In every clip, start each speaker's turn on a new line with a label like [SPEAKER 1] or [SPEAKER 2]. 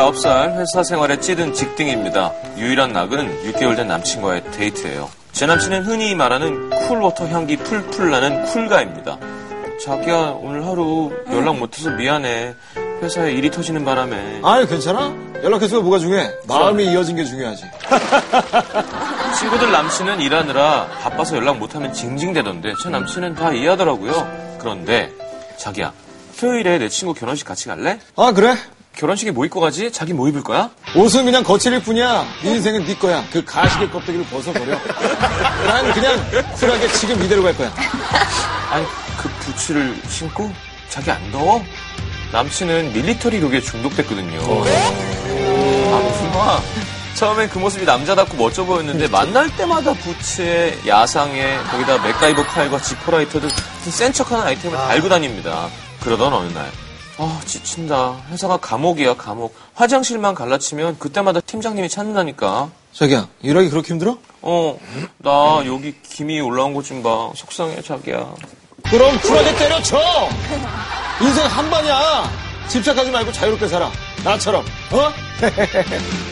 [SPEAKER 1] 29살 회사 생활에 찌든 직딩입니다. 유일한 낙은 6개월 된 남친과의 데이트예요. 제 남친은 흔히 말하는 쿨워터 향기 풀풀 나는 쿨가입니다. 자기야 오늘 하루 연락 못해서 미안해. 회사에 일이 터지는 바람에
[SPEAKER 2] 아니 괜찮아? 연락해서가 뭐가 중요해? 마음이 이어진 게 중요하지.
[SPEAKER 1] 친구들 남친은 일하느라 바빠서 연락 못하면 징징대던데 제 남친은 다 이해하더라고요. 그런데 자기야 토요일에 내 친구 결혼식 같이 갈래?
[SPEAKER 2] 아 그래?
[SPEAKER 1] 결혼식에 뭐 입고 가지? 자기 뭐 입을 거야?
[SPEAKER 2] 옷은 그냥 거칠일 뿐이야. 네 인생은 네 거야. 그 가시의 껍데기를 벗어버려. 난 그냥 쿨하게 지금 이대로 갈 거야.
[SPEAKER 1] 아니 그 부츠를 신고 자기 안 더워? 남친은 밀리터리 룩에 중독됐거든요. 아 무슨 말? 처음엔 그 모습이 남자답고 멋져 보였는데 만날 때마다 부츠에 야상에 거기다 맥가이버 칼과 지퍼라이터 등센 척하는 아이템을 달고 다닙니다. 그러던 어느 날. 아 지친다. 회사가 감옥이야 감옥. 화장실만 갈라치면 그때마다 팀장님이 찾는다니까.
[SPEAKER 2] 자기야 일하기 그렇게 힘들어?
[SPEAKER 1] 어, 나 여기 김이 올라온 것 좀 봐. 속상해 자기야.
[SPEAKER 2] 그럼 쿨하게 때려쳐. 인생 한 번이야. 집착하지 말고 자유롭게 살아. 나처럼. 어?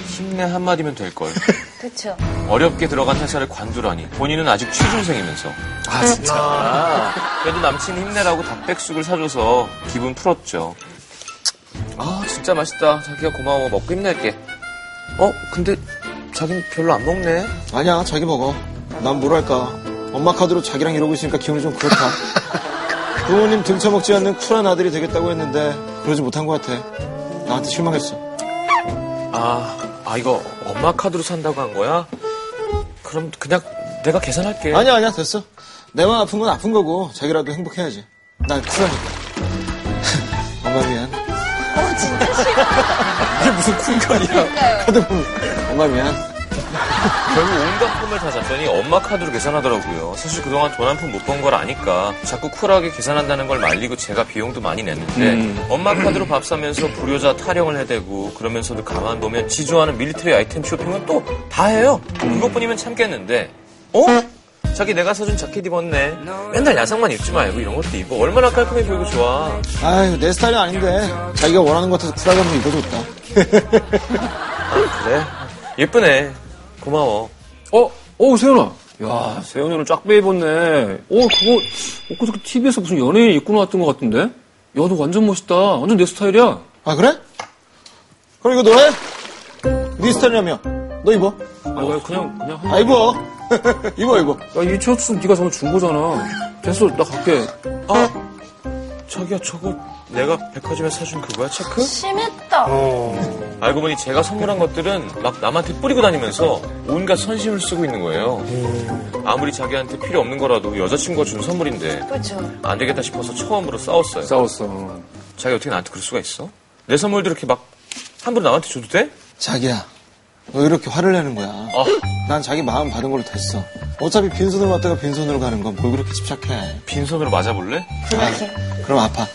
[SPEAKER 1] 힘내 한마디면 될걸.
[SPEAKER 3] 그쵸.
[SPEAKER 1] 어렵게 들어간 회사를 관두라니. 본인은 아직 취준생이면서.
[SPEAKER 2] 아 진짜.
[SPEAKER 1] 그래도 남친 힘내라고 닭백숙을 사줘서 기분 풀었죠. 아, 진짜 맛있다. 자기가 고마워. 먹고 힘낼게. 어, 근데 자긴 별로 안 먹네.
[SPEAKER 2] 아니야 자기 먹어. 난 뭐랄까. 엄마 카드로 자기랑 이러고 있으니까 기분이 좀 그렇다. 부모님 등쳐먹지 않는 쿨한 아들이 되겠다고 했는데 그러지 못한 것 같아. 나한테 실망했어.
[SPEAKER 1] 아, 아, 이거 엄마 카드로 산다고 한 거야? 그럼 그냥 내가 계산할게.
[SPEAKER 2] 아니야 아니야 됐어 내 마음 아픈 건 아픈 거고 자기라도 행복해야지 난 쿨하니까 엄마 미안
[SPEAKER 3] 어, 진짜 싫어.
[SPEAKER 2] 이게 무슨 쿨간이야 카드 보면 엄마 미안
[SPEAKER 1] 결국 온갖 폰을 다 잤더니 엄마 카드로 계산하더라고요. 사실 그동안 돈 한 푼 못 번 걸 아니까 자꾸 쿨하게 계산한다는 걸 말리고 제가 비용도 많이 냈는데 엄마 카드로 밥 사면서 불효자 타령을 해대고 그러면서도 가만 보면 지조하는 밀리터리 아이템 쇼핑은 또 다 해요. 그것뿐이면 참겠는데 어? 자기 내가 사준 자켓 입었네. 맨날 야상만 입지 말고 이런 것도 입어. 얼마나 깔끔해 보이고 좋아.
[SPEAKER 2] 아유 내 스타일이 아닌데 자기가 원하는 것 같아서 쿨하게 한번 입어줬다
[SPEAKER 1] 그래? 예쁘네. 고마워.
[SPEAKER 4] 어? 어, 세연아. 야, 세연이 오늘 쫙 빼입었네. 어, 그거, 엊그저께 TV에서 무슨 연예인 입고 나왔던 것 같은데? 야, 너 완전 멋있다. 완전 내 스타일이야.
[SPEAKER 2] 아 그래? 그럼 이거 너해? 네 스타일이라며 너 입어
[SPEAKER 4] 아니, 야, 그냥, 그냥 한
[SPEAKER 2] 아 입어 입어 입어
[SPEAKER 4] 야, 이 셔츠는 네가 전에 준 거잖아. 됐어, 나 갈게.
[SPEAKER 1] 아, 자기야 저거 내가 백화점에 사준 그거야 체크?
[SPEAKER 3] 심했다.
[SPEAKER 1] 어. 음. 알고 보니 제가 선물한 것들은 막 남한테 뿌리고 다니면서 온갖 선심을 쓰고 있는 거예요. 아무리 자기한테 필요 없는 거라도 여자친구가 준 선물인데
[SPEAKER 3] 그쵸.
[SPEAKER 1] 안 되겠다 싶어서 처음으로 싸웠어요.
[SPEAKER 4] 싸웠어.
[SPEAKER 1] 자기 어떻게 나한테 그럴 수가 있어? 내 선물도 이렇게 막 함부로 남한테 줘도 돼?
[SPEAKER 2] 자기야 너 이렇게 화를 내는 거야
[SPEAKER 1] 아,
[SPEAKER 2] 난 자기 마음 받은 걸로 됐어 어차피 빈손으로 왔다가 빈손으로 가는 건 뭘 그렇게 집착해
[SPEAKER 1] 빈손으로 맞아볼래?
[SPEAKER 2] 그럼 아파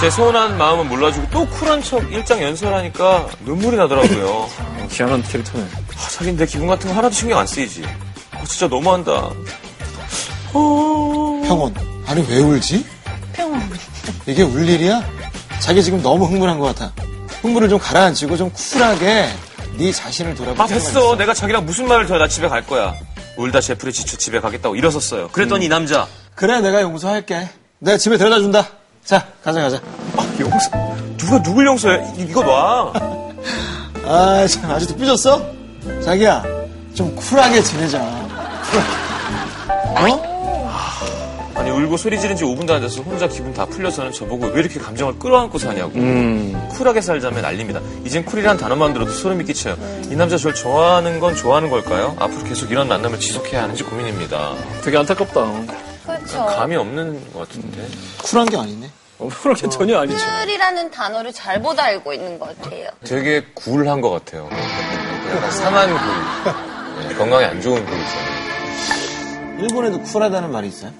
[SPEAKER 1] 제 서운한 마음은 몰라주고 또 쿨한 척 일장 연설하니까 눈물이 나더라고요.
[SPEAKER 4] 희한한 캐릭터네.
[SPEAKER 1] 아, 자긴 내 기분 같은 거 하나도 신경 안 쓰이지. 아, 진짜 너무한다. 어...
[SPEAKER 2] 형원 아니 왜 울지?
[SPEAKER 3] 평온.
[SPEAKER 2] 이게 울 일이야? 자기 지금 너무 흥분한 것 같아. 흥분을 좀 가라앉히고 좀 쿨하게 네 자신을 돌아봐.
[SPEAKER 1] 아 됐어 내가 자기랑 무슨 말을 더해 나 집에 갈 거야 울다 제프리 지쳐 집에 가겠다고 일어섰어요 그랬더니 이 남자
[SPEAKER 2] 그래 내가 용서할게. 내가 집에 데려다 준다. 자 가자 가자.
[SPEAKER 1] 아 용서 누가 누굴 용서해 이- 이거 놔
[SPEAKER 2] 아 참 아직도 삐졌어? 자기야 좀 쿨하게 지내자. 어?
[SPEAKER 1] 아니 울고 소리 지른 지 5분도 안 돼서 혼자 기분 다 풀려서는 저보고 왜 이렇게 감정을 끌어안고 사냐고 쿨하게 살자면 알립니다 이젠 쿨이란 단어만 들어도 소름이 끼쳐요 이 남자 저를 좋아하는 건 좋아하는 걸까요 앞으로 계속 이런 만남을 지속해야 하는지 고민입니다
[SPEAKER 4] 되게 안타깝다.
[SPEAKER 3] 그쵸.
[SPEAKER 1] 감이 없는 것 같은데
[SPEAKER 2] 쿨한 게 아니네.
[SPEAKER 4] 어, 그렇게 전혀 아니지.
[SPEAKER 3] 쿨이라는 단어를 잘못 알고 있는 것 같아요.
[SPEAKER 1] 되게 굴한 것 같아요 약간 상한 굴 네, 건강에 안 좋은 굴 있잖아요
[SPEAKER 2] 일본에도 쿨하다는 말이 있어요?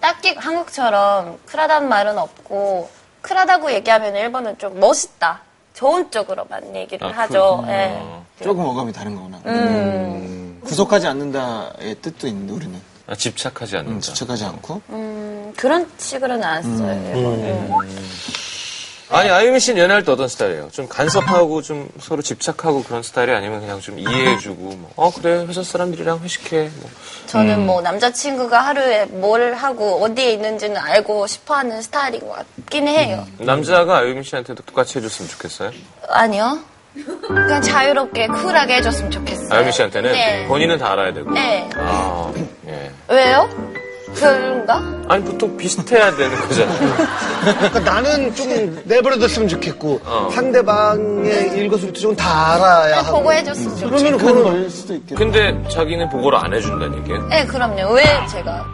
[SPEAKER 3] 딱히 한국처럼 쿨하다는 말은 없고 쿨하다고 얘기하면 일본은 좀 멋있다. 좋은 쪽으로만 얘기를
[SPEAKER 1] 아,
[SPEAKER 3] 하죠. 예.
[SPEAKER 2] 조금 어감이 다른 거구나. 음. 구속하지 않는다의 뜻도 있는데 우리는
[SPEAKER 1] 아, 집착하지 않는다.
[SPEAKER 2] 음, 지척하지 않고
[SPEAKER 1] 음,
[SPEAKER 3] 음, 그런 식으로는 안 써요. 일본은.
[SPEAKER 1] 아니 아유미 씨는 연애할 때 어떤 스타일이에요? 좀 간섭하고 좀 서로 집착하고 그런 스타일이 아니면 그냥 좀 이해해주고 뭐, 어 그래 회사 사람들이랑 회식해 뭐.
[SPEAKER 3] 저는 뭐 남자친구가 하루에 뭘 하고 어디에 있는지는 알고 싶어하는 스타일인 것 같긴 해요.
[SPEAKER 1] 음. 남자가 아유미 씨한테도 똑같이 해줬으면 좋겠어요.
[SPEAKER 3] 아니요. 그냥 자유롭게 쿨하게 해줬으면 좋겠어요.
[SPEAKER 1] 아유미 씨한테는
[SPEAKER 3] 네.
[SPEAKER 1] 본인은 다 알아야 되고.
[SPEAKER 3] 네.
[SPEAKER 1] 아 예.
[SPEAKER 3] 왜요? 그런가?
[SPEAKER 1] 아니 보통 비슷해야 되는 거잖아요.
[SPEAKER 5] 그러니까 나는 좀 내버려뒀으면 좋겠고
[SPEAKER 1] 어.
[SPEAKER 5] 상대방의 일거수일투족은 다 알아야 하고
[SPEAKER 3] 네, 보고 해줬으면 좋겠어요.
[SPEAKER 5] 그러면
[SPEAKER 2] 그런
[SPEAKER 5] 그거는
[SPEAKER 2] 걸 수도 있겠다.
[SPEAKER 1] 근데 자기는 보고를 안 해준다는 얘기예요.
[SPEAKER 3] 네, 그럼요. 왜 제가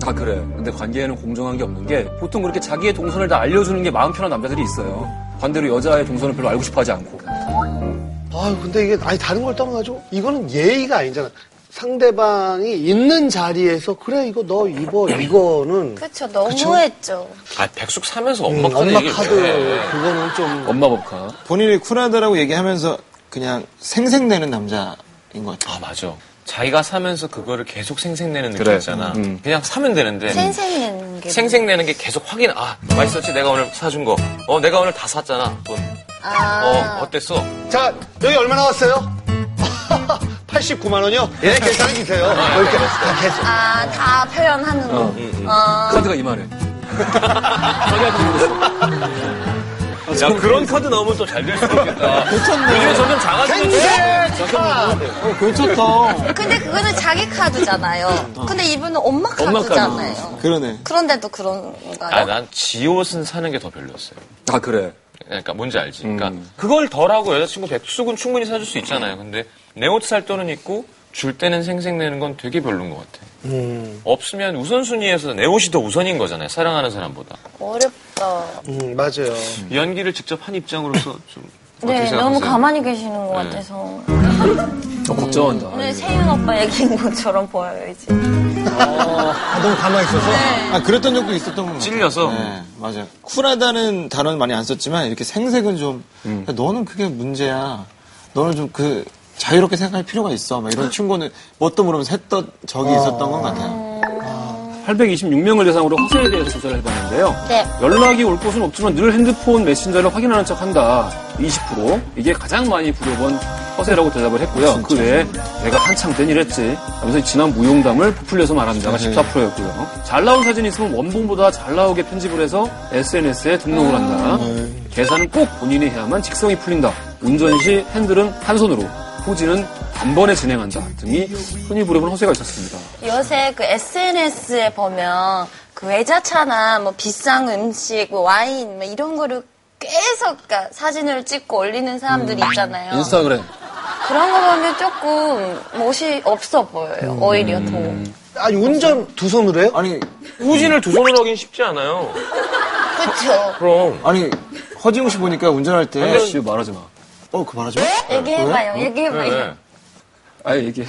[SPEAKER 4] 다 아, 그래. 근데 관계에는 공정한 게 없는 게 보통 그렇게 자기의 동선을 다 알려주는 게 마음 편한 남자들이 있어요. 반대로 여자의 동선을 별로 알고 싶어 하지 않고.
[SPEAKER 5] 아유 근데 이게 아니 다른 걸 떠나가지고 이거는 예의가 아니잖아 상대방이 있는 자리에서 그래 이거 너 입어 이거는
[SPEAKER 3] 그쵸 너무했죠.
[SPEAKER 1] 아 백숙 사면서
[SPEAKER 5] 음,
[SPEAKER 1] 엄마 카드 예,
[SPEAKER 5] 엄마
[SPEAKER 1] 얘기를
[SPEAKER 5] 카드
[SPEAKER 1] 왜 해?
[SPEAKER 5] 그거는 좀
[SPEAKER 4] 엄마 법카.
[SPEAKER 2] 본인이 쿨하다라고 얘기하면서 그냥 생색내는 남자인 것 같아요.
[SPEAKER 1] 아 맞아. 자기가 사면서 그거를 계속 생색내는 느낌
[SPEAKER 4] 그래.
[SPEAKER 1] 있잖아. 그냥 사면 되는데.
[SPEAKER 3] 생생내는 게.
[SPEAKER 1] 네. 생색내는 게 계속 확인. 아 맛있었지 내가 오늘 사준 거. 어 내가 오늘 다 샀잖아 돈.
[SPEAKER 3] 아.
[SPEAKER 1] 어 어땠어?
[SPEAKER 5] 자, 여기 얼마나 왔어요? 89만 원이요? 예, 계산해 주세요. 이렇게 다 계속.
[SPEAKER 3] 아, 다 표현하는 거. 어,
[SPEAKER 4] 카드가 이만해.
[SPEAKER 1] 야 그런 카드 나오면 또 잘 될 수도 있겠다. 요즘에 점점 작아지고
[SPEAKER 5] 생색! 카!
[SPEAKER 2] 어, 괜찮다.
[SPEAKER 3] 근데 그거는 자기 카드잖아요. 근데 이분은 엄마
[SPEAKER 4] 엄마 카드.
[SPEAKER 3] 카드잖아요.
[SPEAKER 2] 그러네.
[SPEAKER 3] 그런데도 그런가요?
[SPEAKER 1] 아난 네. 지옷은 사는 게 더 별로였어요.
[SPEAKER 4] 다 아, 그래.
[SPEAKER 1] 그러니까 뭔지 알지. 그러니까 그걸 덜하고 여자친구 백숙은 충분히 사줄 수 있잖아요. 근데 내 옷 살 돈은 있고 줄 때는 생색내는 건 되게 별론 것 같아.
[SPEAKER 3] 음.
[SPEAKER 1] 없으면 우선순위에서 내 옷이 더 우선인 거잖아요. 사랑하는 사람보다.
[SPEAKER 3] 어렵다.
[SPEAKER 5] 음, 맞아요.
[SPEAKER 1] 연기를 직접 한 입장으로서 좀 어떻게
[SPEAKER 3] 네,
[SPEAKER 1] 생각하세요?
[SPEAKER 3] 너무 가만히 계시는 것 같아서.
[SPEAKER 4] 어, 걱정한다.
[SPEAKER 3] 오늘 세윤 오빠 얘기인 것처럼 보여요, 이제.
[SPEAKER 2] 아, 너무 가만히 있어서? 아, 그랬던 적도 있었던 것 같아요.
[SPEAKER 1] 찔려서?
[SPEAKER 2] 네, 맞아요. 쿨하다는 단어는 많이 안 썼지만, 이렇게 생색은 좀, 야, 너는 그게 문제야. 너는 좀 그, 자유롭게 생각할 필요가 있어. 막 이런 충고는 뭣도 모르면서 했던 적이 있었던 것 같아요.
[SPEAKER 4] 826명을 대상으로 허세에 대해서 조사를 해봤는데요.
[SPEAKER 3] 네.
[SPEAKER 4] 연락이 올 곳은 없지만 늘 핸드폰 메신저를 확인하는 척 한다. 20%. 이게 가장 많이 부려본 허세라고 대답을 했고요. 그 외에 내가 한창 된 일했지. 하면서 지난 무용담을 부풀려서 말한다가 14%였고요. 잘 나온 사진이 있으면 원본보다 잘 나오게 편집을 해서 SNS에 등록을 한다. 계산은 꼭 본인이 해야만 직성이 풀린다. 운전 시 핸들은 한 손으로, 포즈는 단번에 진행한다. 등이 흔히 부려본 허세가 있었습니다.
[SPEAKER 3] 요새 그 SNS에 보면 그 외자차나 뭐 비싼 음식, 뭐 와인, 뭐 이런 거를 계속 그러니까 사진을 찍고 올리는
[SPEAKER 1] 음.
[SPEAKER 3] 사람들이 있잖아요.
[SPEAKER 4] 인스타그램.
[SPEAKER 3] 그런 거 보면 조금 멋이 없어 보여요.
[SPEAKER 1] 음.
[SPEAKER 3] 오히려 더.
[SPEAKER 5] 아니, 운전 두 손으로 해요?
[SPEAKER 2] 아니,
[SPEAKER 1] 후진을 두 손으로 하긴 쉽지 않아요.
[SPEAKER 3] 그쵸.
[SPEAKER 1] 그럼
[SPEAKER 2] 아니, 허지웅 씨 보니까 운전할 때,
[SPEAKER 4] 아씨 말하지 마.
[SPEAKER 2] 어, 그 말하죠?
[SPEAKER 3] 네? 얘기해봐요, 얘기해봐요.
[SPEAKER 1] 네.
[SPEAKER 4] 아 얘기해.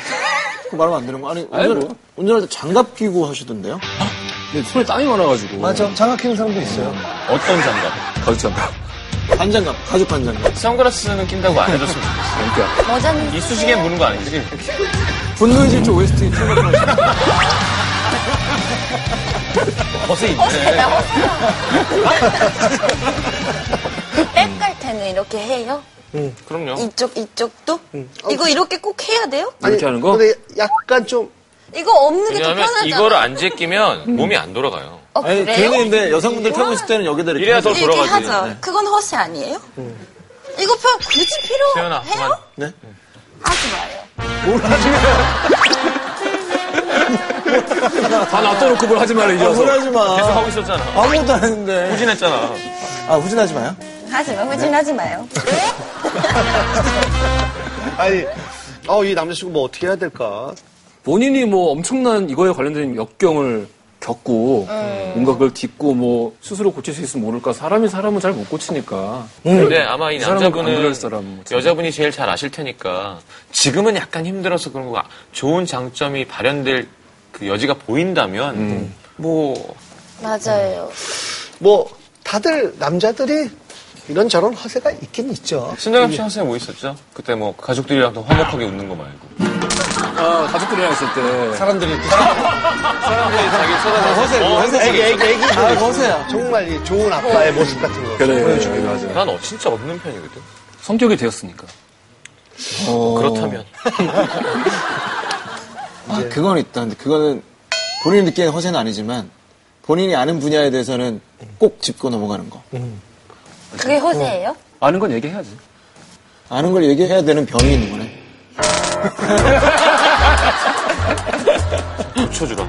[SPEAKER 2] 그 말하면 안 되는 거. 아니,
[SPEAKER 4] 아니,
[SPEAKER 2] 운전,
[SPEAKER 4] 뭐.
[SPEAKER 2] 운전할 때 장갑 끼고 하시던데요?
[SPEAKER 4] 근데 손에 땀이 많아가지고.
[SPEAKER 5] 맞아. 장갑 끼는 사람도 있어요.
[SPEAKER 1] 어떤 장갑?
[SPEAKER 4] 걸쳤다.
[SPEAKER 2] 반장갑, 가죽 반장갑.
[SPEAKER 1] 선글라스는 낀다고 안 해줬으면 좋겠어.
[SPEAKER 4] 그러니까
[SPEAKER 1] 네.
[SPEAKER 3] 모자는
[SPEAKER 1] 이쑤시개 무는 거 아니지?
[SPEAKER 2] 분노의 질주 OST 틀어놓고
[SPEAKER 1] 벗에 있네.
[SPEAKER 3] 뺄갈 때는 이렇게 해요?
[SPEAKER 1] 그럼요.
[SPEAKER 3] 이쪽, 이쪽도?
[SPEAKER 1] 음.
[SPEAKER 3] 이거 이렇게 꼭 해야 돼요?
[SPEAKER 1] 아,
[SPEAKER 4] 이렇게 하는 거?
[SPEAKER 5] 근데 약간 좀,
[SPEAKER 3] 이거 없는 게 더
[SPEAKER 1] 왜냐하면
[SPEAKER 3] 편하잖아.
[SPEAKER 1] 이거를 안 제끼면 몸이 안 돌아가요.
[SPEAKER 3] 어,
[SPEAKER 2] 아니,
[SPEAKER 3] 그래요?
[SPEAKER 2] 괜히 근데 여성분들 타고 있을 때는 여기다 이렇게.
[SPEAKER 1] 이래야 더
[SPEAKER 3] 이렇게
[SPEAKER 1] 돌아가지.
[SPEAKER 3] 하죠. 그건 허세 아니에요? 이거 표 굳이
[SPEAKER 1] 음. 세연아,
[SPEAKER 3] 필요해요?
[SPEAKER 1] 그만.
[SPEAKER 3] 하지 마요.
[SPEAKER 4] 다 놔둬놓고 뭘 하지 말아 이
[SPEAKER 2] 아,
[SPEAKER 4] 녀석.
[SPEAKER 2] 후진하지 마.
[SPEAKER 1] 계속 하고 있었잖아.
[SPEAKER 2] 아무것도 안 했는데.
[SPEAKER 1] 후진했잖아.
[SPEAKER 2] 아, 후진하지 마요?
[SPEAKER 3] 하지 마, 후진하지 마요.
[SPEAKER 1] 네.
[SPEAKER 5] 아니, 어, 이 남자친구 뭐 어떻게 해야 될까?
[SPEAKER 4] 본인이 뭐 엄청난 이거에 관련된 역경을 겪고
[SPEAKER 2] 네.
[SPEAKER 4] 뭔가 그걸 딛고 뭐 스스로 고칠 수 있으면 모를까 사람이 사람은 잘 못 고치니까
[SPEAKER 1] 근데 아마 이
[SPEAKER 4] 그 사람은 안
[SPEAKER 1] 남자분은 뭐
[SPEAKER 4] 그럴 사람 같은데.
[SPEAKER 1] 여자분이 제일 잘 아실 테니까 지금은 약간 힘들어서 그런 거 좋은 장점이 발현될 그 여지가 보인다면 뭐
[SPEAKER 3] 맞아요.
[SPEAKER 5] 뭐, 다들, 남자들이 이런저런 허세가 있긴 있죠.
[SPEAKER 1] 신동엽 씨 하세요 뭐 있었죠? 그때 뭐 가족들이랑 더 화목하게 웃는 거 말고
[SPEAKER 4] 어, 가족들이랑 있을 때.
[SPEAKER 2] 사람들이 이렇게
[SPEAKER 1] 사람들이 자기 쳐다보고
[SPEAKER 2] 허세, 허세,
[SPEAKER 5] 애기, 애기, 애기.
[SPEAKER 2] 아, 허세야.
[SPEAKER 5] 정말 이 좋은 아빠의 모습 같은 거.
[SPEAKER 4] 그래, 네, 맞아.
[SPEAKER 1] 난 어, 진짜 없는 편이거든.
[SPEAKER 4] 성격이 되었으니까. 어.
[SPEAKER 1] 그렇다면.
[SPEAKER 2] 아, 그건 있다. 근데 그거는 본인이 느끼는 허세는 아니지만 본인이 아는 분야에 대해서는 꼭 짚고 넘어가는 거.
[SPEAKER 3] 그게 호세예요?
[SPEAKER 4] 아는 건 얘기해야지.
[SPEAKER 2] 아는 걸 얘기해야 되는 병이 있는 거네.
[SPEAKER 1] 쳐주라.